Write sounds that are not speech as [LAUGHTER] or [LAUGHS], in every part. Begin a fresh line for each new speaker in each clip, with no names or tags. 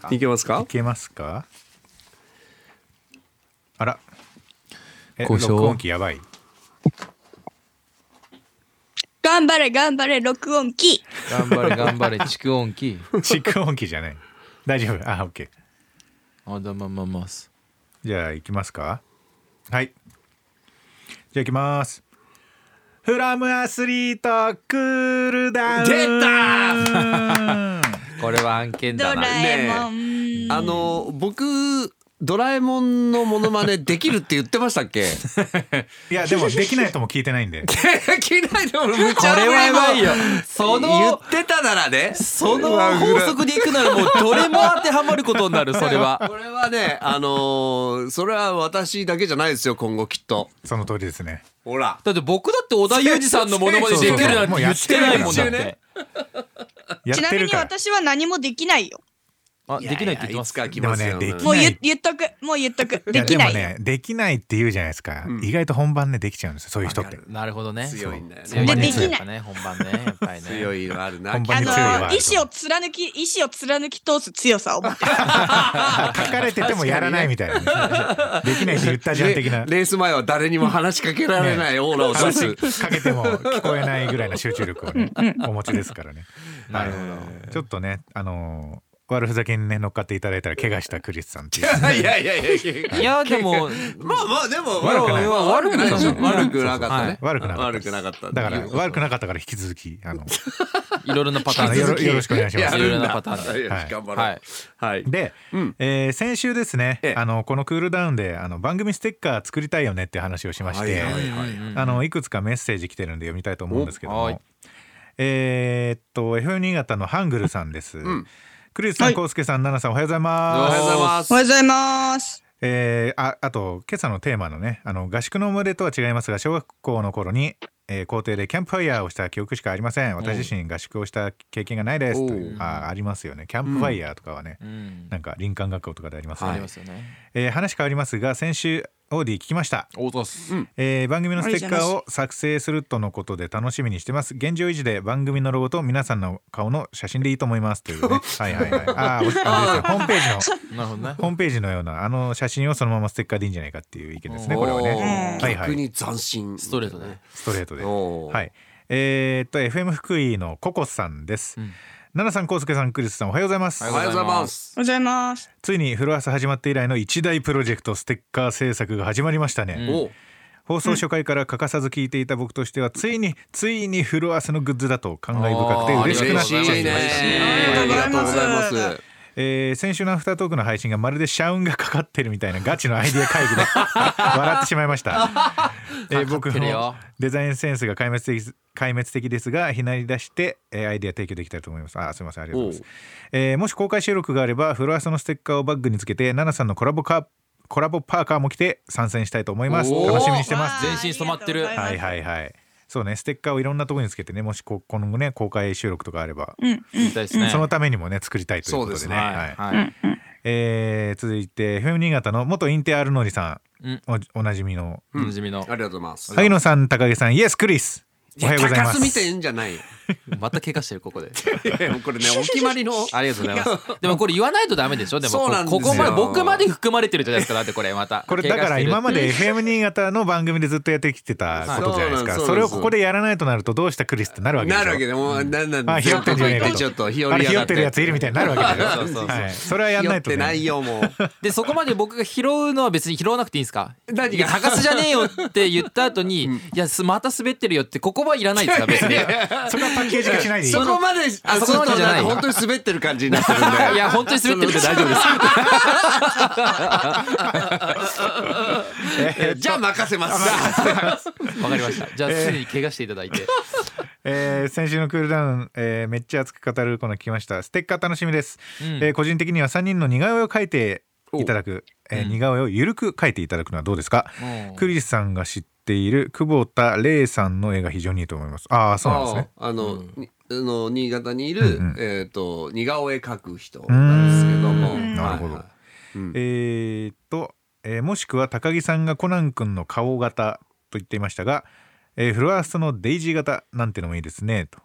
か
いけますか
いけますかあら。え、
故障
録音機やばい。
頑張れ頑張れ録音機
頑張れ頑張れ蓄音機
蓄音機じゃない。大丈夫。あ、オッケー。
あだままます
じゃあ行きますかはいじゃあ行きますフラムアスリートクールダウン
出
た
これは案件
ド
だな
ラえもん、
あの僕ドラえもんのモノマネできるって言ってましたっ [LAUGHS] け
いやでもできないとも聞いてないん
[LAUGHS]
で
できないで [LAUGHS] 俺無茶
これはやばいよそ
言っ
の
てたならね
その法則でいくならもうどれも当てはまることになるそれは
これはねあのーそれは私だけじゃないですよ今後きっと
その通りですね
ほら
だって僕だって織田裕二さんのモノマネできるなんて言ってないもんだ
そうそうそ
っ
うもうやってるから
て
やっ
ちな
て
み
る
に
から
私は何もできないよ
あできないって言ってます
いやいやいつか来ますよ
でもねでき
もう
な
言
い
言っとくもう言っとく
い
で
や
きない
でもねできないって言うじゃないですか、意外と本番ねできちゃうんですよそういう人って
なるほどね
強いんだよね
そう本番に
でできない
強いね本番ねやっぱりね
強いのあるな
本
あ
番に
の
強いわ
意志を貫き意志を貫き通す強さを持ってる
[LAUGHS]
書かれててもやらないみたいな、できないって言ったじゃん的な
レース前は誰にも話しかけられないオーラを出す、
話かけても聞こえないぐらいの集中力をねお持ちですからね。
なるほ
ど。ちょっとねあのー悪ふざけにね乗っかっていただいたら怪我したクリスさんっていう。
いやいやいやいや
いやでも
まあまあでも
悪くない
悪くないでしょ
悪くない
悪くなかったね
悪くなかった
悪くなかった
だから悪くなかったから引き続きあの
いろいろなパターン
あのよろよろしくお願いしま
や
す。
るん
いろいろな
だ
パターンで
よし頑張ろう
はい
はい
で、えー先週ですね、
ええ
あのこのクールダウンであの番組ステッカー作りたいよねって話をしまして、
はいはいはい
あのいくつかメッセージ来てるんで読みたいと思うんですけど
おはい
も、えーっと F 新潟のハングルさんです。クリスさ
は
ん、
い
コウスケさん、ナナさん、おはようござい
おは
ま
よう
す
ご。ざいま
お
す
はようございます
えーああと今朝のテーマのねあの合宿の思い出とは違いますが小学校の頃に、えー校庭でキャンプファイヤーをした記憶しかありません私自身合宿をした経験がないです
おう
というあーありますよねキャンプファイヤーとかはね、
うん
なんか林間学校とかでありますよ
あ
ね、
りますよね
えー話変わりますが先週オーディ聞きました、
おとす
えー番組のステッカ
ありがとうご
ー
ざ
を作成するとのことで楽しみにしてます現状維持で番組のロゴと皆さんの顔の写真でいいと思いますという
[LAUGHS]
ねはいはいはいあーおあれですねホームページの
なるほどね
ホームページのようなあの写真をそのままステッカーでいいんじゃないかっていう意見ですねこれはね
おー
はいは
逆
い
に斬新
ストレートね
ストレートで
おー
はいえーっと FM 福井のココさんです、
ん
奈々さん、コウスケさん、クリスさんおはようございます
おはようございます
おはようございます
ついにフロアス始まって以来の一大プロジェクトステッカー制作が始まりましたね、
お
放送初回から欠かさず聞いていた僕としてはついについにフロアスのグッズだと感慨深くて嬉しくなっちゃいま
嬉しいね
ありがとうございます
ありがとうございます
えー先週のアフタートークの配信がまるで社運がかかってるみたいなガチのアイディア会議で笑ってしまいま
[LAUGHS]
した、えー僕
かかってる
の
よ
デザインセンスが壊滅的です壊滅的ですがひなり出して、えーアイディア提供できたらと思いますあーすいませんありがとうございます、えーもし公開収録があればフロアスのステッカーをバッグにつけて奈々さんのコラボカーコラボパーカーも着て参戦したいと思います
おー
楽しみにしてます
わ全身染まってる
ありがとうござ
はいい
ます
はいはいそうねステッカーをいろんなところにつけてねもしこ今後ね公開収録とかあれば、
みたいですね
そのためにもね作りたいということでね
そうですね
はい
はい
えー続いて FM 新潟の元インテアルノリさん、
うん
おおなじみの
おなじみの
ありがとうございます
萩野さん高木さんイエスクリスおはようございま
高須見て
す
んじゃないよ
また怪我してるここで
いやいやもうこ [LAUGHS] れねお決まりの
ありがとうございます。でもこれ言わないとダメでしょ。でも
そうなんですよ
ここまで僕まで含まれてるじゃないですか。だってこれまた。
これだから今ま
で
で FM 新潟の番組でずっとやってきてたことじゃないですか
はい
そ
そう
れ
なんです
をここでやらないとなるとどうしたクリスってなるわけでしょ
なるわけでもうなんなん
あひよってんじゃねえかと
ちょっとひよ
あれ
り
ひよ
やが
ってるやついるみたいになるわけでしょ
そうそうそう
はい、それはやんないと、
ひよってないよもう
でそこまで僕が拾うのは別に拾わなくていいんですか。
何
いや
が
高須じゃねえよって言った後に、いやすまた滑ってるよってここはいらないですか別に。い
それはパッケージ化しないでいい
そこまで
あそこまでじゃない
そうそう本当に滑ってる感じになってるんだ [LAUGHS] よ
や本当に滑ってるんで大丈夫です。
[LAUGHS] じゃあ任せます
わかりました。じゃあすでに怪我していただいて。
えー先週のクールダウン、えーめっちゃ熱く語るコーナー聞きましたステッカー楽しみです、えー個人的には3人の似顔絵を描いていただく、えー似顔絵をゆるく描いていただくのはどうですか
うん
クリスさんが知っている久保田玲さんの絵が非常にいいと思いますああそうなんですね
あの、にあの新潟にいる、えっ、と似顔絵描く人
うー
なんですけども。
んなるほど、
はいはい
えーっと、えーもしくは高木さんがコナン君の顔型と言っていましたが、えーフロアストのデイジー型なんてのもいいですねと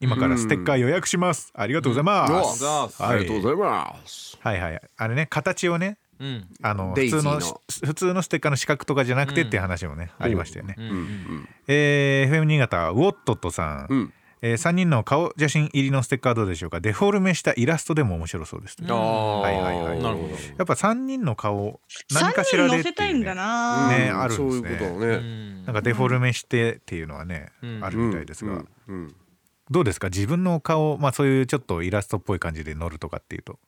今からステッカー予約します、ありがとうございます、
お
はい
ありがとうございます。
はいはいあれね形をね
うん
あの
デ
普
イジー
通
の
の普通のステッカーの四角とかじゃなくてっていう話もね、ありましたよね、
うん
えー FM 新潟ウォットットさん、
うん
えー、3人の顔写真入りのステッカーどうでしょうかデフォルメしたイラストでも面白そうです、ね
あー
はいはいはい
なるほど
やっぱ3人の顔
三
何かし
人
らで
乗
って
せ
いう
たいんだな、
ね
うん
あるんですね
そういうことだ
う
ね。
ん
なんかデフォルメしてっていうのはね、
うん
あるみたいですが、
うんうん
どうですか自分の顔、まあ、そういうちょっとイラストっぽい感じで乗るとかっていうと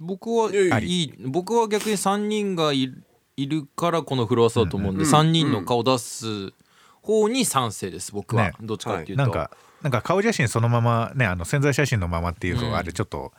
僕はい
やいや
いい僕は逆に3人がいるいるからこのフロアスだと思うんで、
うん
三3人の顔出す方に賛成です僕は、
ね
どっちかっていうと、
なんかなんか顔写真そのままねあの潜在写真のままっていう
うん
とあれちょっと、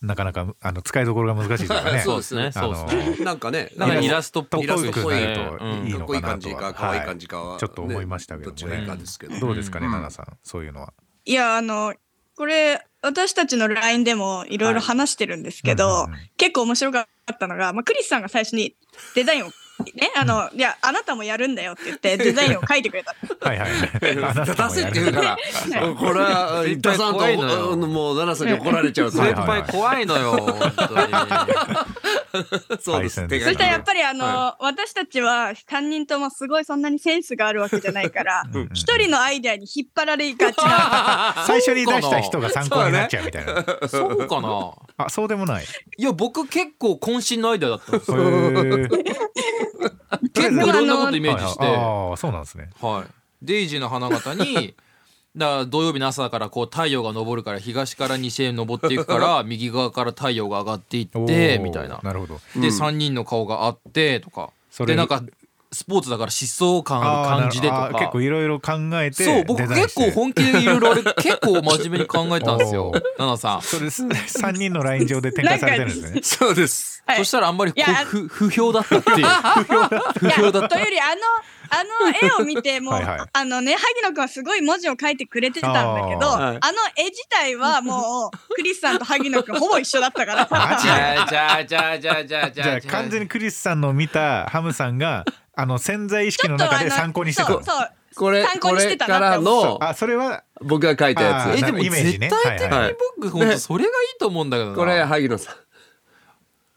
なかなかあの使いどころが難しいというかね
[LAUGHS] そうですね
あの
そうですね
なんかね、
なんかイラ
ス
ストっぽ
イ
く
ラストっぽい
ね
といい
トか
の
っこい
かな
い感
と
じ
は
か可愛い感じかは、
はいちょっと思いましたけどね
ね。どっちがいいかですけど。
どうですかね、
うん
奈々さんそういうのは。
いやあのこれ私たちの LINE でもいろいろ話してるんですけど、
はいうんうんうん
結構面白かったのが、まあ、クリスさんが最初にデザインをねあの、いやあなたもやるんだよって言ってデザインを書いてくれた
はいはいは
[LAUGHS]
い。あなた
出
も
せ
や
っ
る
て言うから、これは
絶
出
対
さんと
怖いのよ
あのもう奈良さんに怒られちゃうと。
はい
先
はい
輩怖い
[LAUGHS]
のよ本当
そうです。
対
手
戦
が
そしたらやっぱりあの、
は
私たちは3人ともすごいそんなにセンスがあるわけじゃないから
うんうん
一人のアイデアに引っ張られがちな
最初に出した人が参考になっちゃうみたいな。
にそうかな
あそうでもない。へ
いや僕結構渾身のアイデアだったん
[LAUGHS]
ですよ
ー
結構いろんなことイメージして
はいはいああそうなんですね。
はい、デイジーの花形に [LAUGHS] だから土曜日の朝だからこう太陽が昇るから東から西へ昇っていくから
[LAUGHS]
右側から太陽が上がってい
おー
ってみたいな。
なるほど。
で3人の顔があってとか
それ
でなんかスポーツだから疾走感ある感じでと
あーなるほどあー結
か
構。いろいろ考えて
そう僕
デザイン
結
して
構本気でいろいろあれ結構真面目に考えたんですよ
おー
奈々さ
それす [LAUGHS] 三人のライン上で展開されてるんですね。
そうです。
ん。
はい
そしたらあんまりこう
いや
不不評だったってい
[LAUGHS]
う不
いや
評だっ
と
た
いうよりあのあの絵を見て
[LAUGHS]
も
はいはい
あのね萩野君はすごい文字を書いてくれてたんだけど
あ
あ,、
ーはい
の絵自体はもうクリスさんと萩野君ほぼ一緒だっ
[LAUGHS]
たから
マジ
じゃあじゃあじゃあじゃあじゃあ
じ
じ
ゃ
ゃ
あ
あ
完全にクリスさんの見たハムさんがあの潜在意識の中で参考にしてた
そ
の
う。そう
これ
参考
こ
にして
れ
た
か
なって
ら
思う
の
あそれは
僕が書いた
あ
や
ー
つ。
え
な
でも
イメージ
絶
ね
対的
はい
は
に
い
僕本当それがいいと思うんだけどな
これ萩野さん。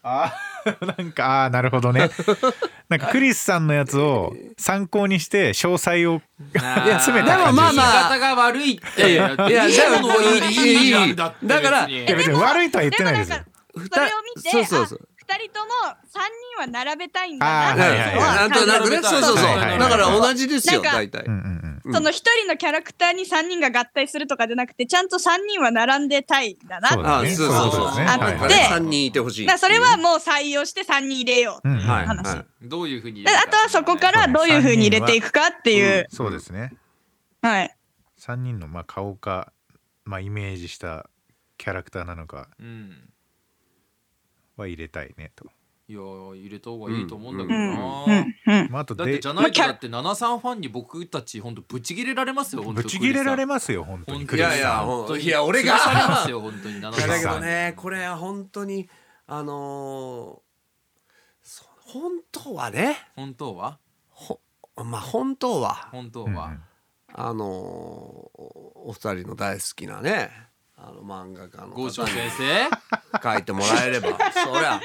あーなんかあーなるほどね。なんかクリスさんのやつを参考にして詳細を
い
[LAUGHS]
や
詰め
で
た
も
感じ
まあまあ
言い方が悪いっていやいや
いや
いいものはいい
いい
いいなんだって
だから
別に
いや別に悪いとは言ってないですよ
でも。それを見て
そうそうそう
あ二人とも三人は並べたいんだな
あ
っ
ー
て
はいいうはい
のは
なんとなくね、そうそうそう。
はいはいはい
だから同じですよ、
なんか
大体
う。んうん
うん
その一人のキャラクターに三人が合体するとかじゃなくてちゃんと三人は並んでたいんだなって
そうだ
あ
ね
そうそう
そういうこ
そう。
とですね
あ
はいはい
で
三人いてほしい。
だからそれはもう採用して三人入れよう、
うんうん。
はいはい
話
どういうふうに
であとはそこからどういうふうに入れていくかっていう、
そうですね。
はい
三人のまあ顔かまあイメージしたキャラクターなのか
うん
は入れたいねと。
いや入れた方がいいと思うんだけ
う
ど
ん
な、
うんうん
まああと
だって
で
じゃないとだって73ファンに僕たち本当ブチギレられますよ本当
ぶち切れられ
ま
ますよ本当に
本
ク
当
い
リスさん。
やいや、ほんいや、俺
されま
が。
すよ本当に
いやだけ
73
どねこれは本当にあのーそ本当はね
本当は
ほまあ本当は
本当
うんうん
は、
あのーおお二人の大好きなねあの漫画家の
郷
方
翔
に
先生
書いてもらえればそりゃ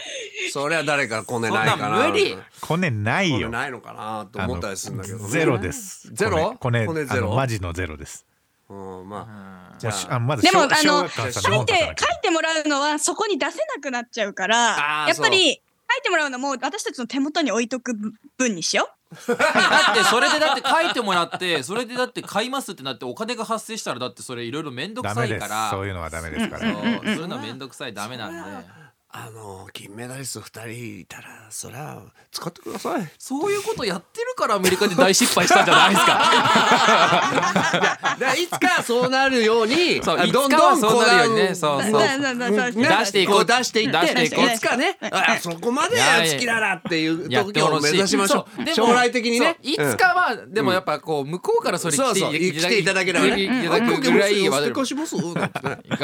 そりゃ誰かこねないか
そん
な
なん無理
こねない
こね
よ。
ないのかなと思ったりするんだけどね、
あのゼロです。
ゼロ
こね、こね
ゼ
あの
ロ
マジのゼロです。
うん
う
まあ
ん
じゃあ
もうしあまず
でも
小
あの
小学館さん
書
の
い
本出さな
て
き
書
ゃ
いてもらうのはそこに出せなくなっちゃうから
あー
やっぱり書いてもらうのも私たちの手元に置いとく分にしよ
[LAUGHS] だってそれでだって書いてもらってそれでだって買いますってなってお金が発生したらだってそれいろいろ面倒く
ダ
さ
メ
い
で
か
す
ら。
そういうのはダメですか
そう
ら。
そういうのは面倒くさいダメなんで
あの金メダリスト二人いたらそりゃ使ってください
そういうことやってるからアメリカで大失敗したんじゃないですか
だからいつかそうなるように
そう
あ
いつかはそうなるようにねそう
う。
そう
そうそうそう
出していこう
こう出していって
出していこう
いつかねあそこまで好きならっていう
やっ
時
てほ
を
し
目
い
指しましょ
そうでも
将来的にね
そういつかは、でもやっぱこう向こうからそれ
そうそう
来
来
て
ていただければね
いただくぐらいは
おします頑
頑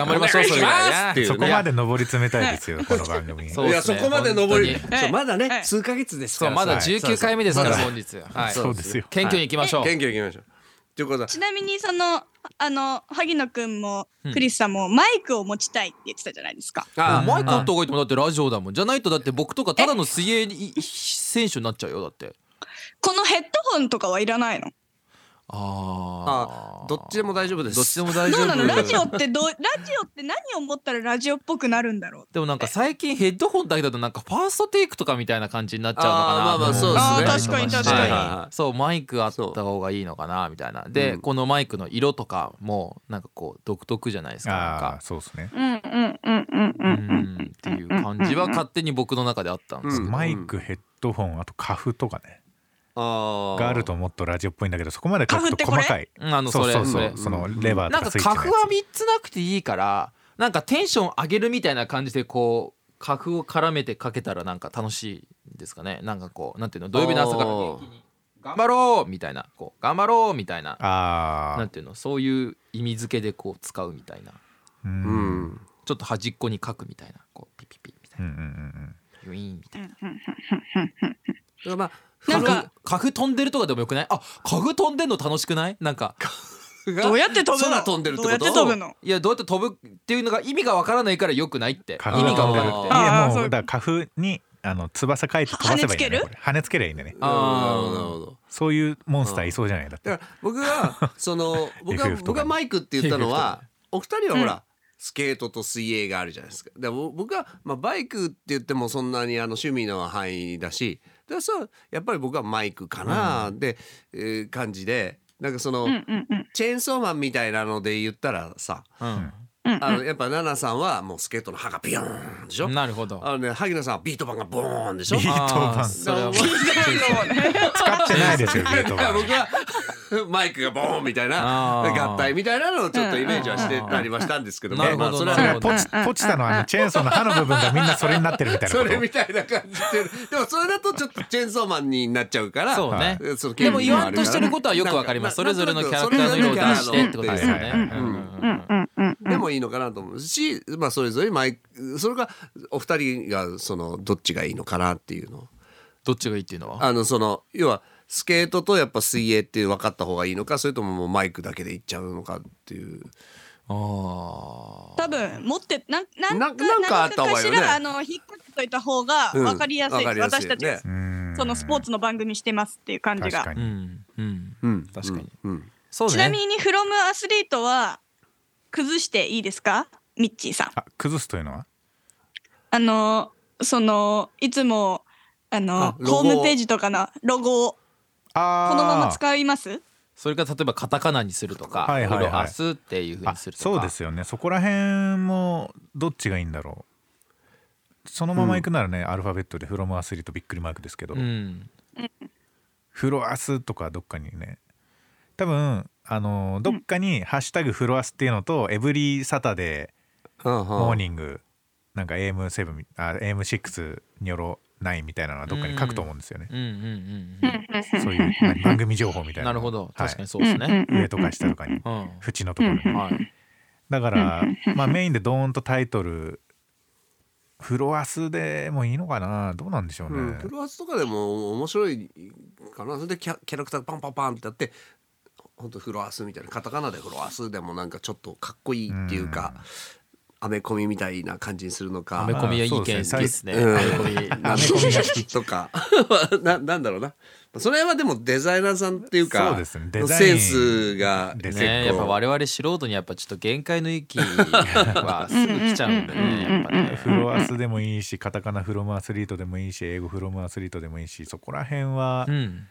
張りましょうそれぐらいね
そこまで上り詰めたいですよ、この番組。
そう
いやそこまで登り
本
当に
そうまだ
は
ね
い
数ヶ月ですか
そう
ら
まだ
はい
19回目ですから、本日、はい、
そう
そうですよ。
謙虚にいきましょう、
謙虚にいきましょうっていうことだ
ちなみにそのあの萩野くんも
うん
クリスさんもマイクを持ちたいって言ってたじゃないですか。
あ
あ
マイクあった方がいいともだってラジオだもんじゃないとだって僕とかただの水泳に選手になっちゃうよだって
このヘッドホンとかはいらないの。
あ
あ
あ
どっちでも大丈夫です
どっちでも大丈
どう
夫
なのラジオってどうラジオって何を持ったらラジオっぽくなるんだろう。
でもなんか最近ヘッドホンだけだとなんかファーストテイクとかみたいな感じになっちゃうのかな
あーまあまあそう
ですねあー確かに確かに
はいそうマイクあった方がいいのかなみたいなで、
うん
このマイクの色とかもなんかこう独特じゃないですかなん
ああ
か
そうですね
うんうんうんうんう
うんんっていう感じは勝手に僕の中であったんですけど、
うん
マイクヘッドホンあとカフとかね
あー
があるともっとラジオっぽいんだけどそこまで書くと
カフってこれ
細かい
うんあの
そ
そうれ
そう
そ
そ
れ
うそのレバー
な
と
ん
か
か
ついてる
カ
や
フは
つ
3つなくていいからなんかテンション上げるみたいな感じでこうカフを絡めてかけたらなんか楽しいですかねなんかこうなんていうの土曜日の朝から元気に頑張ろうみたいなこう頑張ろうみたいな
あ
なん
あ
ていうのそういう意味付けでこう使うみたいな
う
うんん
ちょっと端っこに書くみたいなこうピピピみたい
うんうんう
なんウィーンみたいな
だからまあ
なんか
カフカフ飛んでるとかでもよくないあカフ飛んでんの楽しくないなんか
が
どうやって飛ぶの？
空飛んでるってこと
どうやって飛ぶの？
いやどうやって飛ぶっていうのが意味がわからないからよくないって
カ
意
フ
味が
飛んで
わか
る
ら
っ
なく
て
て
いや
あー
もう
そう
だからカフにあの翼書いて飛ばせばいいんだね
跳ねつける
これ跳ねつけりゃいいんだね
あーなるほどなるほど
そういうモンスターいそうじゃないだって
だから僕がその僕
FF と
が
かね
僕がマイクって言ったのは
FF
お二人は
うん
ほら、スケートと水泳があるじゃないですか。でぼ僕はまあバイクって言ってもそんなにあの趣味の範囲だし、だからそうやっぱり僕はマイクかなで、えー感じでなんかその、
うんうんうん
チェーンソーマンみたいなので言ったらさ、
うん
うん
あのやっぱナナさんはもうスケートの歯がビヨーンでしょ。
なるほど。
あのね萩野さんはビート板がボーンでしょ。
ビート板
あーそれは
[LAUGHS]
[LAUGHS]
ビー
使ってないですよゲート
だから
が
僕は [LAUGHS] マイクがボーンみたいな
あー
合体みたいなのをちょっとイメージはしてたりはしたんですけども
なるほど
まあそれ
なる
は
ほど
ポチポチたのはあのチェーンソーの刃の部分がみんな [LAUGHS] それになってるみたいな
そ
こと
れみたいな感じででもそれだとちょっとチェーンソーマンになっちゃうから
そうね
はいその
でも言
権
わ
利
んと
ある
してることはよくわかります。そ
な
れ
んと
ぞれ
なく
のキャラクターの色を出してってことですよね。
う
うんん
うんうんうん
でもいいのかなと思うし、まあ、それぞれマイクそれがお二人がそのどっちがいいのかなっていうの
どっちがいいっていうのは。
あのその要はスケートとやっぱ水泳って分かった方がいいのかそれとももうマイクだけでいっちゃうのかっていう
あ
多分持ってなんなん
な
か
なんかあっ
なん
た方
かか
がいい
し
よね
らあの引っ掛けといた方が
うん
わかりやすい
わかりやすい
私
よね
たちが
うん
そのスポーツの番組してますっていう感じ
確
が
か
あ。う
に
んうん。
うん
確かに。
うん
そうね。
ちなみに「フロムアスリートは崩していいですかミッチーさん。
あ崩すというのは
あのそのいつもあの
あロゴ
ホ
を
ームページとかのロゴを
あー
このまま使います
それから例えばカタカナにするとか、
はいはいはい
フロアスっていうふう
あ
にするとか。
そうですよねそこら辺もどっちがいいんだろうそのまま行くならね、アルファベットで「フロムアスリートびっくりマーク」ですけど「
うん。
フロアス」とかどっかにね多分あのーどっかに「ハッシュタグフロアス」っていうのと「エブリサタデーモーニング」なんか AM7 みあ AM6 によろないみたいなのはどっかに書くと思うんですよね
うんうんうんうん。
そう
[LAUGHS]
いう何番組情報みたいな
な
の
るほど。
はい
確かにそうですね。
上とか下とかに
うん。
縁のところに
はい。
だから、まあ、メインでドーンとタイトルフロアスでもいいのかなどうなんでしょうね、
うん、フロアスとかでも面白いかなそれでキャキャラクターパンパンパンってやって本当フロアスみたいなカタカナでフロアスでもなんかちょっとかっこいいっていうか、アメコミみたいな感じにするのか
アメコミはいい
まあ
意見
そう
で
です
す
ね
ね。
うん
アメコ
ア
ミ。
メコミが好きとか [LAUGHS] ななんだろうなそれはでもデザイナーさんっていうか
そうですねデ
の
ザイン
センスが
ですね
ね、やっぱ我々素人にやっぱちょっと限界の域はすぐ来ちゃうんでね。やっぱね。
フロアスでもいいしカタカナフロムアスリートでもいいし英語フロムアスリートでもいいしそこら辺は
うん。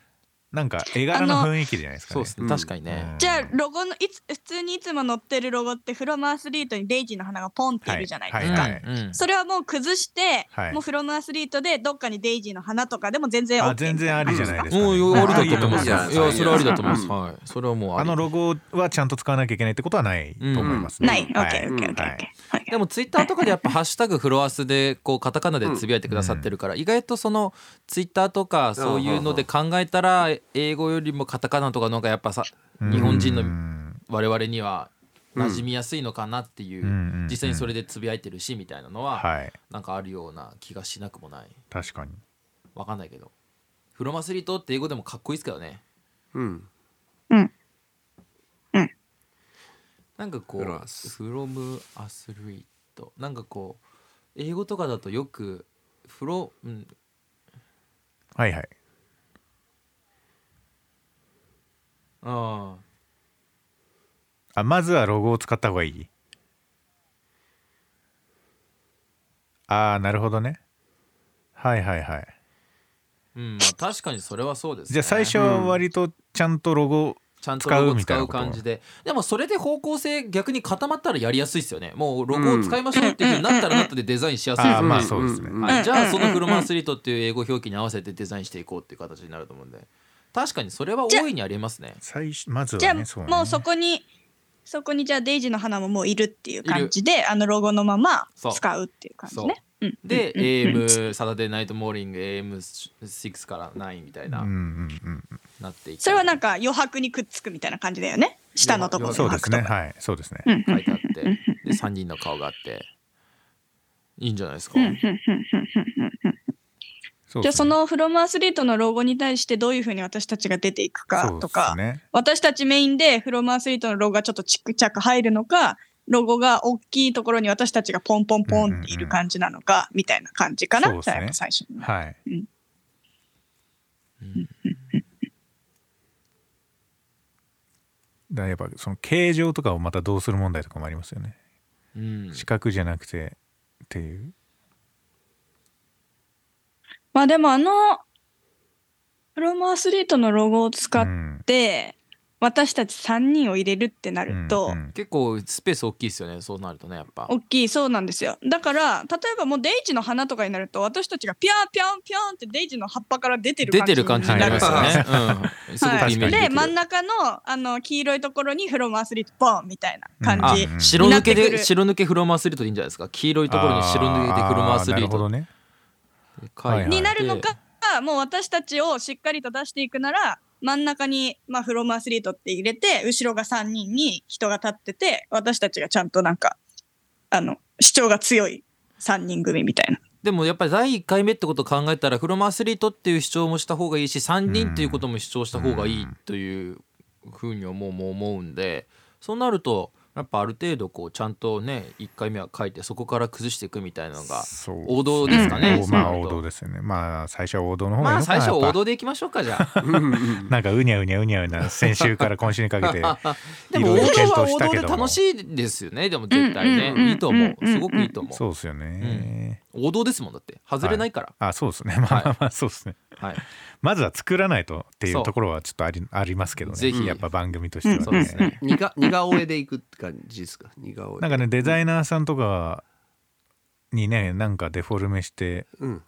なんか絵柄の雰囲気じゃないですか
そう
ね
です
う
ね。
ん
確かにね。
じゃあロゴのいつ普通にいつも載ってるロゴってフロムアスリートにデイジーの花がポンっているじゃないですか、
はいはい
うんうん
それはもう崩して、
はい
もうフロムアスリートでどっかにデイジーの花とかでも全然 OK
あ全然ありじゃないですか、ね、
もうありだと思
い
いま
い
す。い
じゃない
や、
ですか
それはありだと思います。はい、それはもうあ
あ
り
のロゴはちゃんと使わなきゃいけないってことはないと思いますね、
ない
はい
OKOKOKOK、OK OK OK OK
はい
はい
でもツイッターとかでやっぱ「ハッシュタグフロアス」でこうカタカナでつぶやいてくださってるから意外とそのツイッターとかそういうので考えたら英語よりもカタカナとかの方がやっぱさ日本人
う
の
ん
我々には馴染みやすいのかなってい
うん
う実際にそれでつぶやいてるしみたいなのは
はい
なんかあるような気がしなくもない
確かに
わかんないけどフロマスリートって英語でもかっこいいですけどね
うん、
うん
なんかこう「
From us
from athlete」なんかこう英語とかだとよく「from」うん
はいはい
ああ
あまずはロゴを使った方がいいああなるほどねはいはいはい
うんまあ確かにそれはそうですね
じゃあ最初は割とちゃんとロゴ、
ちゃんと
使う
ロゴ
みたい
使
な
う
こと
感じででもそれで方向性逆に固まったらやりやすいですよねもうロゴを使いましょうっていうふうになったらなったでデザインしやすいです
ああ
よね
まあそうですね、
うんうん
はい、じゃあそのフロマンスリートっていう英語表記に合わせてデザインしていこうっていう形になると思うんで確かにそれは大いにありえますね
最初まず
じゃ
は
あ
ねそうね
もうそこにそこにじゃあデイジーの花ももういるっていう感じであのロゴのまま
そう
使うっていう感じね。うん
で AM サタデーナイトモーニング AM6 から9みたいな、
うんうんうん
なっていく
それはなんか余白にくっつくみたいな感じだよね下のところ
うん
の
そう
余
です
白と
ね
か。
はいそうですね、
うんうん
書いてあってで3人の顔があっていいんじゃないですか、
うんうんうんうんうん
そうで
じゃ
すね
あそのフロムアスリートのロゴに対してどういうふうに私たちが出ていくかと
そ
か、
うですね
私たちメインでフロムアスリートのロゴがちょっとちっちゃく入るのかロゴが大きいところに私たちがポンポンポンっている感じなのか、みたいな感じかな、
そうですね
じゃあ最初に。
はい、
うん
だからやっぱその形状とかをまたどうする問題とかもありますよね、
うん
四角じゃなくてっていう
まあでもあのフロムアスリートのロゴを使っ
うん
て、私たち3人を入れるってなると、
うんうん
結構スペース大きいですよねそうなるとねやっぱ
大きいそうなんですよだから例えばもうデイジの花とかになると私たちがピャンピャンピャンってデイジの葉っぱから出てる
出てる感じになりますよね、うん、すご
は
く
い、
イメージでき
で
る、
真ん中のあの黄色いところにフロムアスリートボンみたいな感
あ
じ、
うん
白抜け
になって
で
くる
白抜けフロマアスリートでいいんじゃないですか黄色いところに白抜けでフロマアス
あーな
リ
る
ー
ほ
ト
ど
って
ね
書いて
はい
になるのか、もう私たちをしっかりと出していくなら真ん中に、まあ、フロムアスリートって入れて後ろが3人に人が立ってて私たちがちゃんとなんかあの主張が強い3人組みたいな。
でもやっぱり第1回目ってことを考えたらフロマアスリートっていう主張もした方がいいし3人っていうことも主張した方がいいというふうに思うも思うんでそうなるとやっぱある程度こうちゃんとね1回目は書いてそこから崩していくみたいなのが
そう
王道ですかね
うんまあ
そうなる
王
と
道ですよねまあ最初は王道の方がいい
まあ
のかな
最初は王
やっ
道でいきましょうかじゃあ
ぱなんかうにゃうにゃうにゃうな先週から今週にか
[LAUGHS]
けて
でも
い
王
ろいろ
道
検
は
討
王
した
道
け
で
ども
楽しいですよねでも絶対ね
うんうんうん
いいと思
う
うんすごくいいと思
そう
う
ですよね、
王道ですもんだって外れないから
あそうですねまあまあまあそうですね
はい
まずは作らないとってい
そうう
ところはちょっとありありますけどね
ぜひ
やっぱ番組としてはね
そうですね
似が似顔絵でいくって感じですか似顔絵
なんかねデザイナーさんとかにねなんかデフォルメして
うん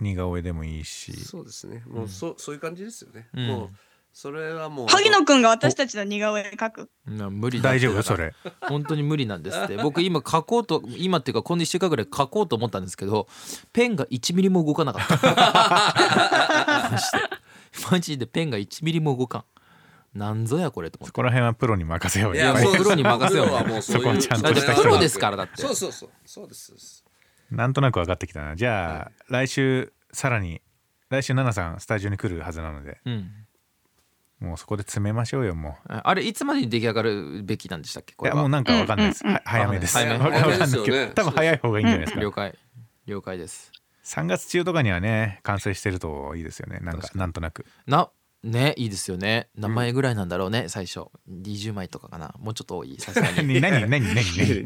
似顔絵でもいいし
そうですねもうそ,、うそういう感じですよね、
うん
もうそれはもう
萩野くんが私たちの似顔絵描く
な無理だって
大丈夫そ
[LAUGHS]
れ
本当に無理なんですって僕今書こうと今っていうかこの1週間ぐらい書こうと思ったんですけどペンが1ミリも動かなかったマジでマジでペンが1ミリも動かんなんぞやこれと思っ
この辺はプロに任せよう
い
よ
や
そ
そ
う
う
プロに任せよう
プロはもうそう
そこ
い
は
う
ちゃん
てだ
とし
っ
た
て
人
プロですからだって
そうそうそうそうですそうです
なんとなく分かってきたなじゃあ来週さらに来週奈々さんスタジオに来るはずなので
うん
もうそこで詰めましょうよも
あれいつまでに出来上がるべきなんでしたっけ
う
こ
い
れ
や
は
もうなんか分かんないです、
うんうん
は早めです
早め
わかんないですけ
早めですよ
ど
ね
多分早い方がいいんじゃないですか
了解了解です
3月中とかにはね完成してるといいですよねなんかなんとなく
なねいいですよね何枚ぐらいなんだろうね、最初20枚とかかなもうちょっと多いさすがに
何何何
[LAUGHS]
何何
い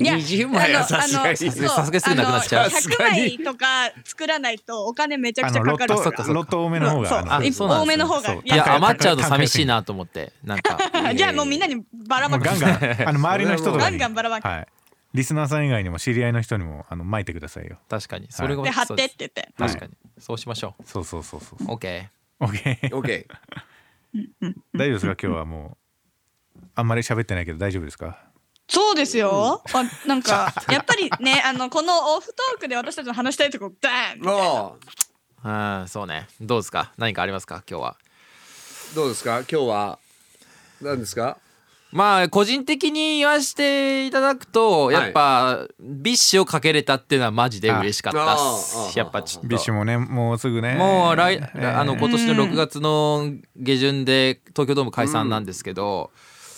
や
20枚はさすがに
あのそう
さすがにすぐなくなっちゃう
あの100枚とか作らないとお金めちゃ
あ
くちゃ
のロ
かか
ット
る
あそっかそっか
ロット多めの方が
そう
あの
あそうなんですね
多めの方が
そう
いや
高い
余っちゃうと寂しいなと思ってなんか
じゃあもうみんなにばら
も
ま
う
く
ガン
[LAUGHS]
ガンあの周りの人とかに
ガンガンばらまけ
はい、リスナーさん以外にも知り合いの人にもあの巻いてくださいよ
確かにそれが
で貼っ
そ
て
う
っ
です
て言って。
はい
確かにそうしましょ
そうそうそうそう
う
[LAUGHS]
OK
オッケー
オッケー
大丈夫ですか今日はもうあんまり喋ってないけど大丈夫ですか
そうですよ。あなん [LAUGHS] かやっぱりねあのこのオフトークで私たちの話したいとこダーン
も
うんそうねどうですか何かありますか今日は
うどうですか今日は何ですか
まあ個人的に言わせていただくと
い
やっぱビッシュをかけれたっていうのはマジで嬉しかったっ
あああ
すやっぱちょっと
ビッシュもねもうすぐね
もう来、あの
えー
今年の6月の下旬で東京ドーム解散なんですけど、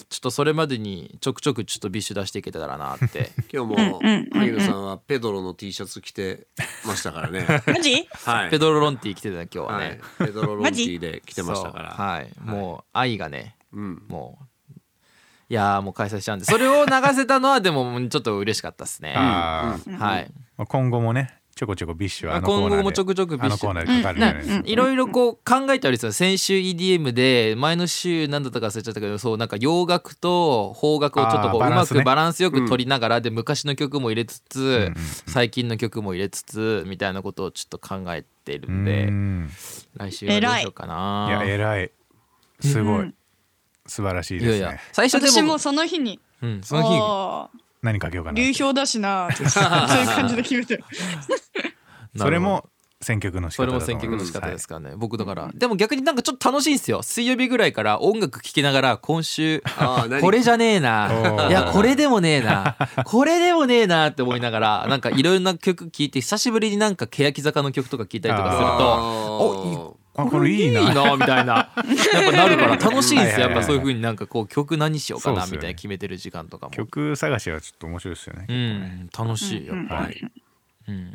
ちょっとそれまでにちょくちょくちょっとビッシュ出していけたらなって
今日も
うんうんうんうん
萩野さんはペドロの T シャツ着てましたから
[LAUGHS]
ね
マジ
はい
ペドロロンティ来てたね今日は
は
ね
い、ペドロロンティで来てましたから
そうはい、もう愛がね
うん
もういやーもう開催しちゃうんでそれを流せたのはでもちょっと嬉しかったですね
あー
はい
まあ今後もねちょこちょこビッシュはあのコーナーで
今後もちょくちょくビ
あ
ッ
の
シ
コーナー
ュ
でかかるじゃないですか、
いろいろこう考えてあるんですよ先週 EDM で前の週何だったか忘れちゃったけどそうなんか洋楽と邦楽をちょっ
あ
とこう
ー
う
バラ
ま
ンスね
くバランスよく取りながらで昔の曲も入れつつ最近の曲も入れつつみたいなことをちょっと考えてるん
う
で
ん
来週はどうしようか
い
な
や偉いすごい、素晴らしい
い
です
や
ね
いや最初
私
でも
もその日に
うんその日
あ
何かけようか
ー
な
流氷だしなー [LAUGHS] ってそういう感じで決めてる
それも選曲の仕
そ
方だ
れ
と思い
も選
ます
曲の仕方
はい
ですからね、僕だからでも逆になんかちょっと楽しいんですよ水曜日ぐらいから音楽聴きながら今週
あー何
これじゃね
[LAUGHS]
え
おー
ないやこれでもねえ
[LAUGHS]
なこれでもねえなって思いながらなんかいろいろな曲聴いて久しぶりになんか欅坂の曲とか聴いたりとかすると
あ
あこれいいな
みたいなやっぱなるから楽しいんです
[LAUGHS] はいはい
よ
はい
やっぱそういう風になんかこう曲何しようかな
そうっす
み
よね
たいな決めてる時間とかも
曲探しはちょっと面白いですよね、
うん楽しいやっ
ー
ぱ
は
り
い
うん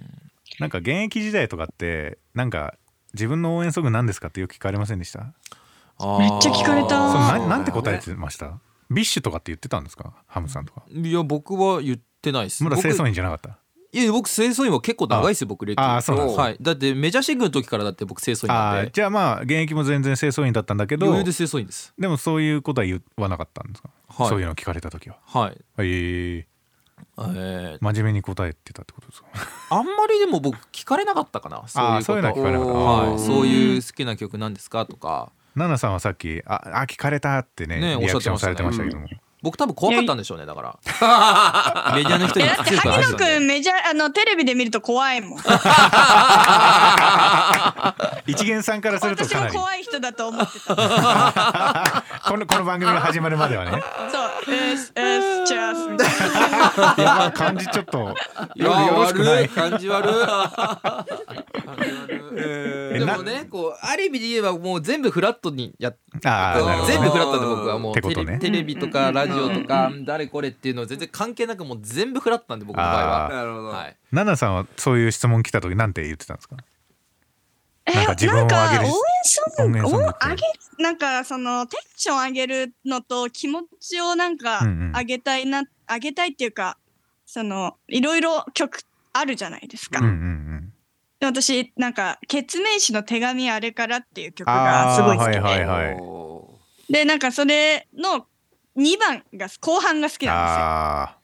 なんか現役時代とかってなんか自分の応援ソング何ですかってよく聞かれませんでした
あー
めっちゃ聞かれ
そう
たあー
ななんて答えてましたビッシュとかって言ってたんですかハムさんとか
いや僕は言ってないです
まだ清
僕
掃員じゃなかった
いや僕清掃員は結構長いですよ僕歴
ああそうなんですね
はい、だってメジャーシングの時からだって僕清掃員
あ
なん
あ
で
じゃあまあ現役も全然清掃員だったんだけど
余裕で清掃員です
でもそういうことは言わなかったんですか、
はい
そういうの聞かれた時は
はい
ええ
えー
真面目に答えてたってことですか
あんまりでも僕聞かれなかったかなそういう
ああ
こと
そういうのは聞かれなかった
は
はい、そういう好きな曲なんですかとか
奈々さんはさっき「ああ聞かれた」ってね
ね
リアクション
おっし
さ
ゃっ
れて
て
ま
ま
し
したた
け
ね
ども、
僕多分怖かったんでしょうねだから
[LAUGHS]
メディアの人に
えだ [LAUGHS] って
強く話
萩
した
野く
ん
ん
で
メジャーあのテレビで見ると怖いもん
一元さんからすると
私
か
も
なり
怖い人だと思ってたそう
このこの番組が始まるまではね
[LAUGHS]
「うっすうっすチャース」みたいない
やまあ感じちょっと
いや
よろしくな
悪
い
い感じ悪い感じ悪いでもねこうある意味で言えばもう全部フラットにやっ [LAUGHS]
ああなるほど
全部フラットで僕は
っ
もう
て
テ
こ
レ
とね
テレビとかラジオとか誰これっていうのは全然関係なくもう全部フラットなんで僕の場合
あ
ーな
は。
るほど、
はい、
奈々さんはそういう質問来た時なんて言ってたんですか
え
なんか自分を上げる
なんか応援ソング
応援ソングって
お上げなんかそのテンション上げるのと気持ちをなんか
うんうん
上げたいな、上げたいっていうかそのいろいろ曲あるじゃないですか、
うんうんうん
で私なんか「ケツメイシの手紙あれから」っていう曲
あ
が
ー
すごい好きで、
はいはい
お
でなんかそれの2番が後半が好きなんですよ
あ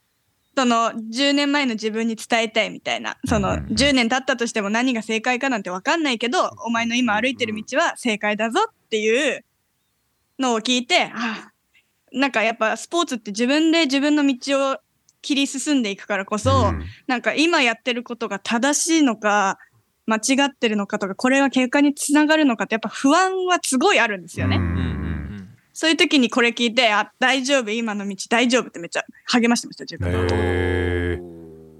その10年前の自分に伝えたいみたいなその
うんうん
10年経ったとしても何が正解かなんて分かんないけどお前の今歩いてる道は正解だぞっていうのを聞いてあなんかやっぱスポーツって自分で自分の道を切り進んでいくからこ
ー
そ、
うん
なんか今やってることが正しいのか間違ってるのかとかこれは結果につながるのかってやっぱ不安はすごいあるんですよね。
うん
う
うんん
う
うん
ん
そういう時にこれ聞いて、あ、大丈夫、今の道大丈夫ってめっちゃ励ましてました、自分。
ー
へえいい
うん、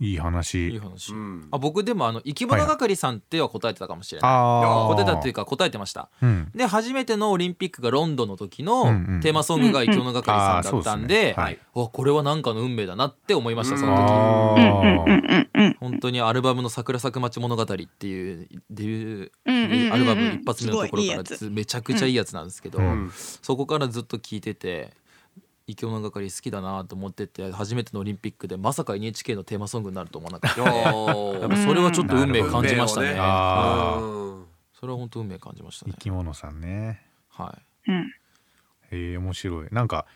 いい
話
話、
うん
あ僕でもあの生き物係さんっては答えてたかもしれない、
ああ
答えたっていうか答えてました
うん
で初めてのオリンピックがロンドンの時の
うんうん
テーマソングが生き物係さんだったんで,、
うんあーそうですねはい
わこれはなんかの運命だなって思いましたその時
あ
う
ー
んうんうんうん
本当にアルバムの「桜咲く街物語」っていうデビュ
うんうんうんうん
ーアルバム一発目のところから
すごいいいやつ
ずめちゃくちゃいいやつなんですけど、
うん
そこからずっと聴いてて生き物係好きだなと思ってて初めてのオリンピックでまさか NHK のテーマソングになると思わなかったんで [LAUGHS] やっぱそれはちょっと運命感じましたね
うん
あー
うん
それは本当運命感じましたね
生き物さんね
はい
うん。
へえ面白いなんか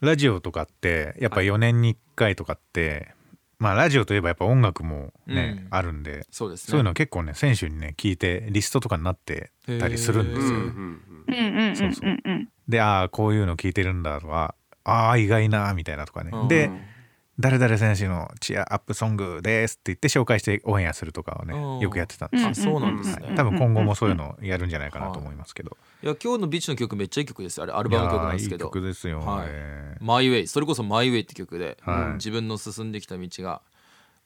ラジオとかってやっぱ4年に1回とかって、まあラジオといえばやっぱ音楽もね、
うん
あるんで
そうですね
そういうの結構ね選手にね聞いてリストとかになってたりするんです
う
よ
ん
ね。
うん
うんうんうん
そうそ
うんうん。
でああこういうの聞いてるんだとかああ意外なみたいなとかね。
うん
で誰々選手のチアアップソングですって言って紹介してオンエアするとかを
うん
ねよくやってたんですよ
あそうなんです
はい
ね、
多分今後もそういうのやるんじゃないかなと思いますけど。
いや今日のビーチの曲めっちゃいい曲ですよあれアル
いや
バムの曲なん
ー
で
い
す
い
けど
曲ですよ、ね
はいマイウェイそれこそマイウェイって曲で、
はい
うん自分の進んできた道が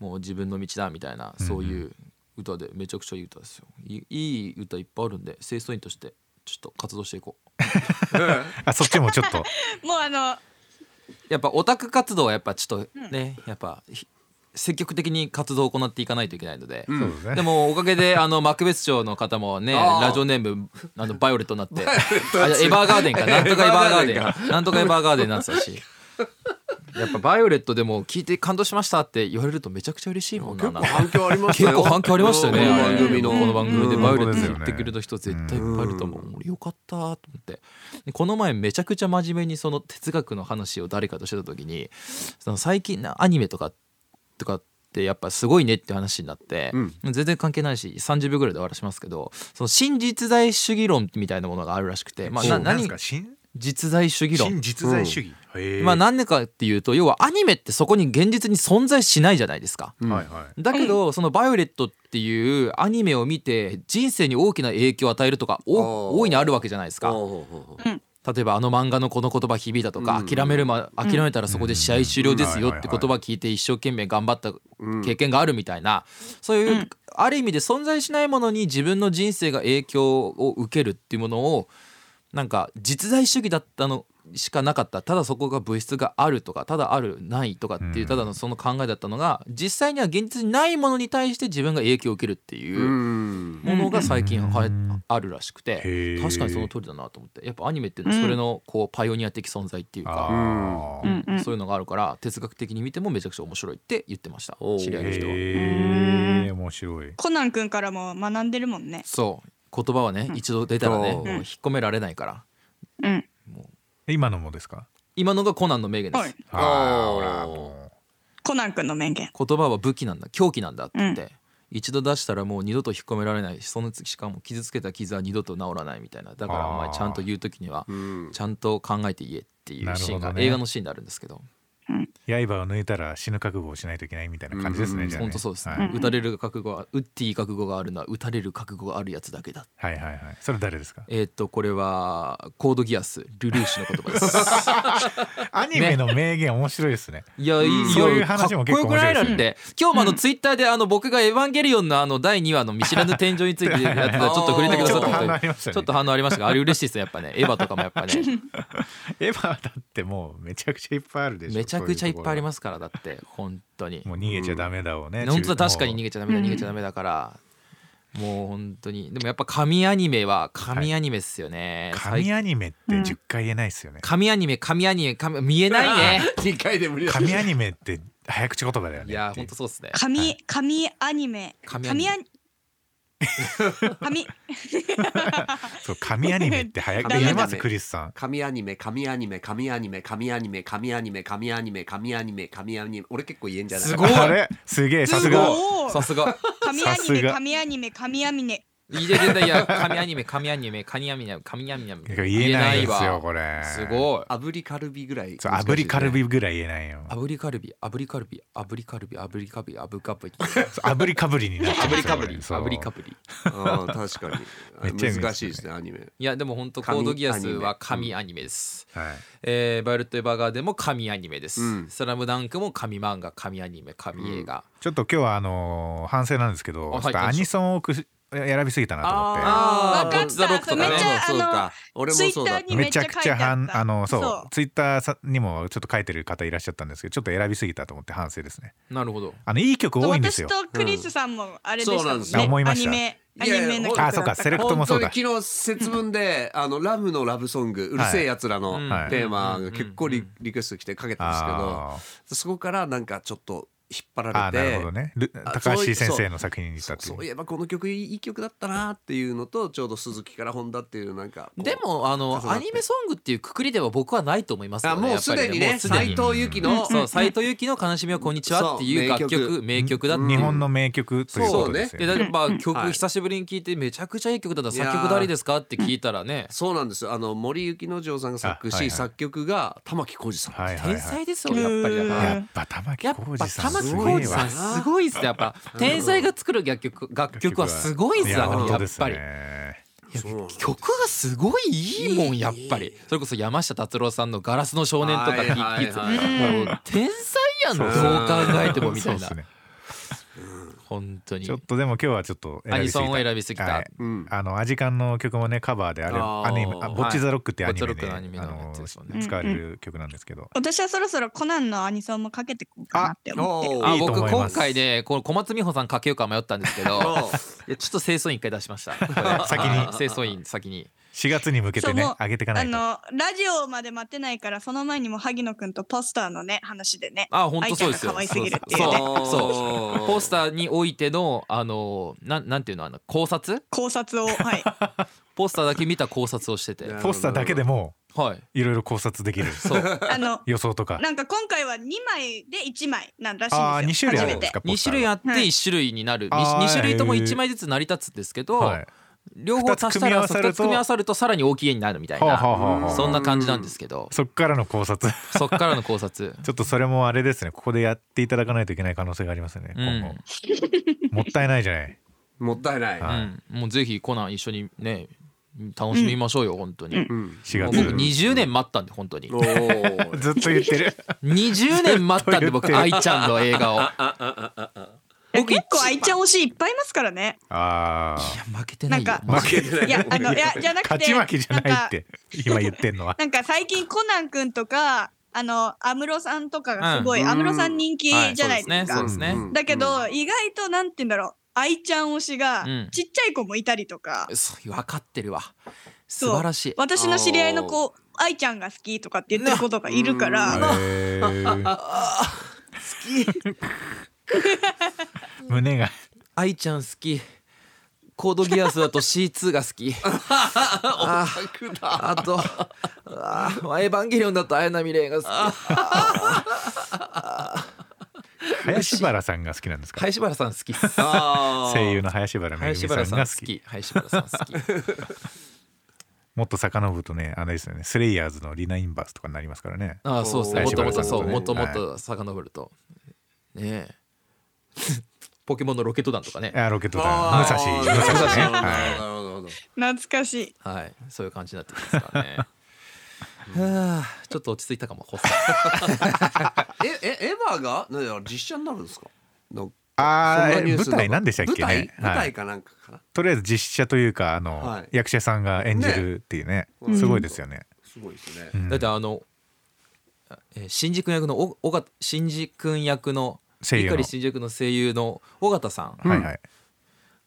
もう自分の道だみたいなそういう歌でめちゃくちゃいい歌ですよいいいい歌いっぱいあるんで清掃員としてちょっと活動していこう
あそっちもちょっと
もうあの
やっぱオタク活動はやっぱちょっとね、やっぱひ積極的に活動を行っていかないといけないので、
そうですね
でもおかげであの幕別賞の方もね
あー
ラジオネームあのバイオレットになってあ
トだ
いやエヴァーガーデンかなんと [LAUGHS] かエヴァーガーデン
エヴァーガー
なんとかエヴァーガーデンになってた [LAUGHS] しやっぱバイオレットでも聞いて感動しましたって言われるとめちゃくちゃ嬉しいもんな
結構反響ありましたよ
結構反響ありましたよね
この
あれ
番組の
この番組でバイオレ
うん
ッ
本当
ト
ですよ
言
ね
ってくれた人絶対いっぱいいると思う、俺よかったと思ってでこの前めちゃくちゃ真面目にその哲学の話を誰かとしてた時にその最近のアニメとかとかってやっぱすごいねって話になって、
うん
全然関係ないし30秒ぐらいで終わらしますけどその新実在主義論みたいなものがあるらしくて、まあ、
何
な
です
何
か新
実在主義論
新実在主義、へえ
まあ何でかっていうと要はアニメってそこに現実に存在しないじゃないですか。
はいはい
だけど、その「バイオレット」っていうアニメを見て人生に大きな影響を与えるとか
おー
お大いにあるわけじゃないです
ほう
か
ほうほうほう
例えばあの漫画のこの言葉響いたとか、
うん
諦めるま諦めたらそこで試合終了ですよ
うん
って言葉聞いて一生懸命頑張った経験があるみたいなそういう、
うん
ある意味で存在しないものに自分の人生が影響を受けるっていうものをなんか実在主義だったのしかなかったただそこが物質があるとかただあるないとかっていう
うん
ただのその考えだったのが実際には現実にないものに対して自分が影響を受けるって
う
いうんものが最近は
うん
あるらしくて
へー
確かにその通りだなと思ってやっぱアニメっていうのはそれのこうパイオニア的存在っていうか
あ
う
ー
んうん
そういうのがあるから哲学的に見てもめちゃくちゃ面白いって言ってました
おー
知り合いの人は。
へえ面白い
コナン君からも学んでるもんね
そう言葉はね一度出たらね
そう
もう引っ込められないから
うん
今のもですか
今のがコナンの名言で
は
す
い
あ
あー
ーほらも
コナン君の名言
言葉は武器なんだ狂気なんだって言って、一度出したらもう二度と引っ込められないしその次しかも傷つけた傷は二度と治らないみたいなだから
あー
お前ちゃんと言う時には
うん
ちゃんと考えて言えっていうシーン
なる
が、
ほどね
映画のシーンであるんですけど
う刃を抜いたら死ぬ覚悟をしないといけないみたいな感じですね、
うん
じゃあね
本当そうですね、
はい
打たれる覚悟は打っていい覚悟があるのは打たれる覚悟があるやつだけだ
はいはいはいそれ誰ですか
えーっとこれはコードギアスルルーシュの言葉です
アニメの名言面白いですね
いや、いい
そういう話も結構
かっこよくないだっ
面白い
て、今日もあのツイッターであの僕が「エヴァンゲリオン」のあの第2話の見知らぬ天井についてやってた
[LAUGHS]
ちょっと触れてくださった
ちょっと反応
こ
あ
と
りましたね
ちょっと反応ありましたがあれ嬉しいですねやっぱねエヴァとかもやっぱね
エヴァだってもうめちゃくちゃいっぱいあるでしょ
めちゃくちゃいっぱいあり
ま
ますからだって本当に
もう逃げちゃダメだをね、
本当だ確かに逃げちゃダメだ
うん
逃げちゃダメだからもう本当にでもやっぱ神アニメは神アニメっすよね最
神アニメって
うん
10回言えないですよね、
神アニメ神アニメ神見えないね
二回で無理だ
神アニメって早口言葉だよね
いや
ってう
本当そうっすね
神神アニメ
神
神
アニメ
アニ神
そう神アニメって早く言えま
ダメダ
す
メ
クリスさん
神アニメ神アニメ神アニメ神アニメ神アニメ神アニメ神アニメ神アニメ俺結構言えんじゃない
すごい
あれすげえ [LAUGHS] さすが
おー
さすが
神ア
さ
ニ
す
メ
が
神アニメ神アニメ
いやいやいや、神アニメ、神アニメ、神アニメ、神アニメ。
言えないんです
言え
よ
わ
これ
すごい。
炙りカルビぐらい
そう炙りカルビぐらい言えないよ
炙りカルビ、炙りカルビ、炙りカルビ、炙りカルビ、炙りカブリ。
そう炙りかぶりになっちゃう
炙りカブリ、
そう
炙りカブリ。
あー確かに
めっちゃ言うんですね
難しいですねアニメ
いや、でも本当コ
神
ードギアスは
神
神アニメです。
はい
えーバイオレット・エヴァーガーデンも神アニメです。
うん
スラムダンクも神漫画、神アニメ、神映画。
ちょっと今日はあのー反省なんですけど、
あはい
ちょっとアニソンを多く選びすぎたなと思って
あー
わかった
ザロックとか
めっち
ね。
ゃ
そう
あの
か俺も
ツイ
そ
ッ
う
タ
だ
ーにめ
め
っ
ち
ちゃ
ゃ
書
く
い
ち
て
ゃ
あ
は
っ
ん
た
あのそう
そう
ツイッターさにもちょっと書いてる方いらっしゃったんですけどちょっと選びすぎたと思って反省ですね
なるほど。
あのいい曲多いんですよ
私とクリスさんもあれで
うんそ
し
う
た
なん
も
思い
ですよ
んね
ま
ア
し
ニ
た
メアニメの曲
あそうかセレクトも
本
そ
当
う
に
だ
昨日節分であのラムのラブソングうるせえやつらの
はい
テーマが結構
う
リ
ん
リクエスト来てかけたんですけど
あー
そこからなんかちょっと引っ張
あ
ら
ーな
れ
るほ
て
どねル
あ
高
そう
橋
い
先生の作品にした
そ
っていう
そういえばこの曲いい曲だったなっていうのとちょうど鈴木から本田っていうなんかこう
でもあの
重なっ
ア
て
ニメソングっていうくくりでは僕はないと思いますよ
あ
ね
も
や
う
っ
す
ぱり
でにね
もうすで
斎藤由貴の
そう斎藤由貴の「悲しみはこんにちは」っていう楽
そ
曲
う
名曲だっていう
日本の名曲ということですよ
で
ね
だってまあ
は
曲
い
久しぶりに聞いてめちゃくちゃいい曲だった
いやー
作曲誰ですかって聞いたらね
そうなんですよあの森幸之丞さんが作詞、
あはいはい
作曲が玉置浩二さん、
はいはい
天
は
才
い
ですよやっぱりだか
う
ら
や
ん
っぱ玉置
やっ
浩
ぱ
二さん
玉
す
置浩
ごい
二さん
わ
すごいっすねやっぱ天才が作る楽曲楽曲はすごいっす
い
だ
や
から
本
や
当
っ
です
ぱり
ね
そうなんです
曲がすごいいいもんやっぱ
い
り
い
それこそ山下達郎さんの「ガラスの少年」とか
はいはいはい
聞いてもう天才やんどう考えてもみたいな
そうっすね
本当に
ちょっとでも今日はちょっと
アニソンを
選びすぎ
選びすぎた、
はい
うん
たあのアジカンの曲もねカバーであれ
あー
アニメあボッチザロックっていうアニメで、
はいボッチ
あ
ザロックのアニメのやつですよね
の使われる曲なんですけど、
私はそろそろコナンのアニソンもかけてこうかなって思ってる
おー
あ
いいと
僕
思います
今回でこの小松美穂さんかけようか迷ったんですけ [LAUGHS] どいやちょっと清掃員一回出し
[LAUGHS]
ましたこれ
先に
清掃員先に
4月に向けてね
そうもう
上げていかな
あ
いと
のラジオまで待ってないからその前にも萩野くんとポスターのね話でね
あ本当そうですよ
愛ちゃんが可愛すぎるっていう
そ
ね
う
[LAUGHS]
そう
う
ポスターにおいてのあのなんなんていうのあの考察
考察をはい
ポスターだけ見た考察をしてて
いや
ポスターだけでも
はい
いろいろ考察できる
そう
あの
予想とか
なんか今回は2枚で1枚なんらし
ああ
い
2
んです
種類あ
よ初
る
め
んです
て
かポ
2
スタ
種
ー
類
が
あって
はい
1種類になる
あー
2, 種類とも
へー
1枚ずつ成り立つんですけど、
はい
両方足した
二
ら
つ組み合わさると
2つ組み合わさるとさらに大きい絵になるみたいな、
はあはあはあ
そんな感じなんですけど
そっからの考察 [LAUGHS]
そっからの考察
ちょっとそれもあれですねここでやっていただかないといけ [LAUGHS] ない可能性がありますね、今後もったいないじゃない
もったいない。
は
うん、もうぜひコナン一緒にね楽しみましょうよ、本当に、も
うん。
4
う
月
僕20年待ったんで本当に
おー
ずっと言ってる
20年待ったんで
ず
[LAUGHS]
僕
っと
愛ちゃんの映画をい
いや結構愛ちゃん推しいっぱいいますからね
あ
や負けてな
な
んいよ
か
マジ
負けてない
いやあのいやじゃな
あ
くて
勝ち負けじゃない
な
っ
んか
て今言ってんのは
なんか最近コナンくんとかあの安室さんとかがすごい
うん
安室、さん人気
は
じゃないですか、
そうですね、そう
うん
で
だけど、意外となんて言うんだろう愛ちゃん推しが
うん
ちっちゃい子もいたりとか、
すねそう分かってるわ
そう
素晴らしい
私の知り合いの子愛ちゃんが好きとかって言ってる子とかいるから、
へー [LAUGHS] 胸が
愛ちゃん好きコードギアスだと C2 が好
[LAUGHS]
きあああとああエヴァンゲリオンだと綾波レイが好き
林原さんが好きなんですか
林原さん好きっす
あー
声優の林原めぐ
林
みさ
原
ん
さん
が
好
好き
き林原さん好き
[LAUGHS]
もっと遡るとねあれですよねスレイヤーズのリナインバースとかになりますからね
ああそうですね。も
林
とも
原さ
と
ん
そう、
とね
もっともっと遡ると。ねえ。 [LAUGHS] ポケモンのロケット団とかね。
あロケット団
あ
武蔵武
ー
蔵
蔵
ねはい
ね
なるほどなるほど。
懐かしい
はい、そういう感じになってきますから
[LAUGHS]
ね。はあ、ちょっと落ち着いたかも、ホッサ
ええエヴァがなんだろう実写になるんですか。の
あ
そん
ー
なニュー
舞
スなんか
台なんでしたっけ
舞台
ね
舞
は
台
い
かなんかかな。
とりあえず実写というかあの
はい
役者さんが演じるっていうね
ね
すごいですよね
すごいですね。
だって、あの。えー、新次君役のお、おが、新次君役の。
声優の
碇新次君の声優の尾形さん
はいはい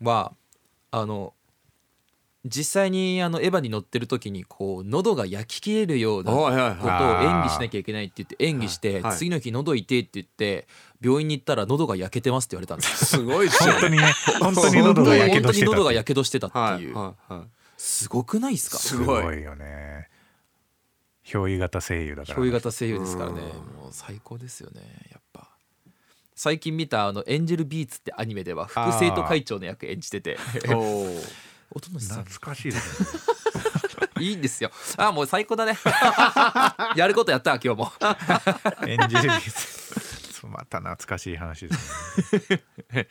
は。あの。実際にあのエヴァに乗ってる時にこう喉が焼き切れるような
はいはい
ことを
は
演技しなきゃいけないって言って演技して、
はいはい
次の日喉痛いって言って病院に行ったら喉が焼けてますって言われたんです
い。
よ
すごいですね
本。当にね
[LAUGHS]
本当に喉がやけどしてた
本当に喉が
って
やけどしてたって
はい
いう、
はいはい。
すごくないですか
す
す
ごい
ごいよね憑依型声優だから
憑依型声優ですからね
う
もう最高ですよねやっぱ最近見たあのエンジェルビーツってアニメでは副生徒会長の役演じてて
おお。
おとのしさん
懐かしいですね
いいんですよあもう最高だね [LAUGHS] やることやったわ今日も
エンジェルビーズ [LAUGHS] また懐かしい話ですね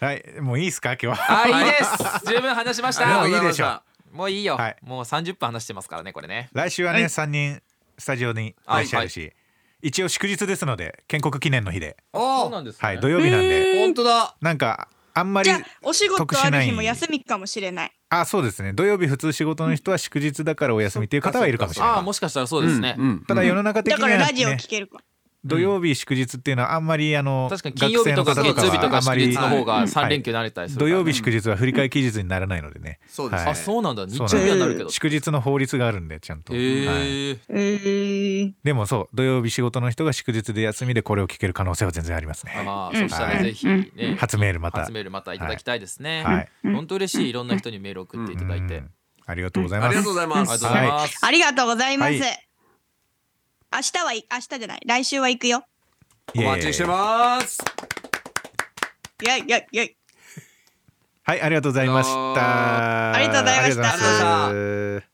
はいもういいですか今日は
あいいです十分話しまし
も
た
ういいでしょう
もういいよ、
はい
もう30分話してますからねこれね
来週はね、三人スタジオにいらっしゃるし、一応祝日ですので建国記念の日で、
そうなんですね、
はい、土曜日なんで、
本当だ。
なんかあんまり
じゃあお仕事ある日も休みかもしれない
あそうですね土曜日普通仕事の人は祝日だからお休みっていう方はいるかもしれ
あ
な
あ
い
もしかしたらそうですね、
うん
ただ世の中的
だ
に
か
は、
ら
ね、
ラジオ聞けるか
土曜日祝日っていうのはあんまりあの
確かに金曜日とか
学
月
生の方
曜日と
はあ
か
んま
祝
り
日の方
は
が
い
3連休になれたりするか
土
ら、
曜日祝日は振り替え期日にならないのでね
そうですね
は
あ
い
そうなんだ日
そうなんです
曜日はなるけど
祝日の法律があるんでちゃんと、はい
へえ
えー、
でもそう土曜日仕事の人が祝日で休みでこれを聞ける可能性は全然ありますね
あまあそした
は
ら
い
ぜひね
初メールまた
初メールまたいただきたいですね
はい
本当嬉しいいろんな人にメール送っていただいて
う
あり
んありがとうござい
あ
ま
り
す
がとうございま
が
す
とうご。ざいます
ありがとうございます、
は
明日はい明日じゃない来週は行くよ
お待ちして
す
ます。
いやいやいや
はいありがとうございました
ありがとうございました
ありがとうございます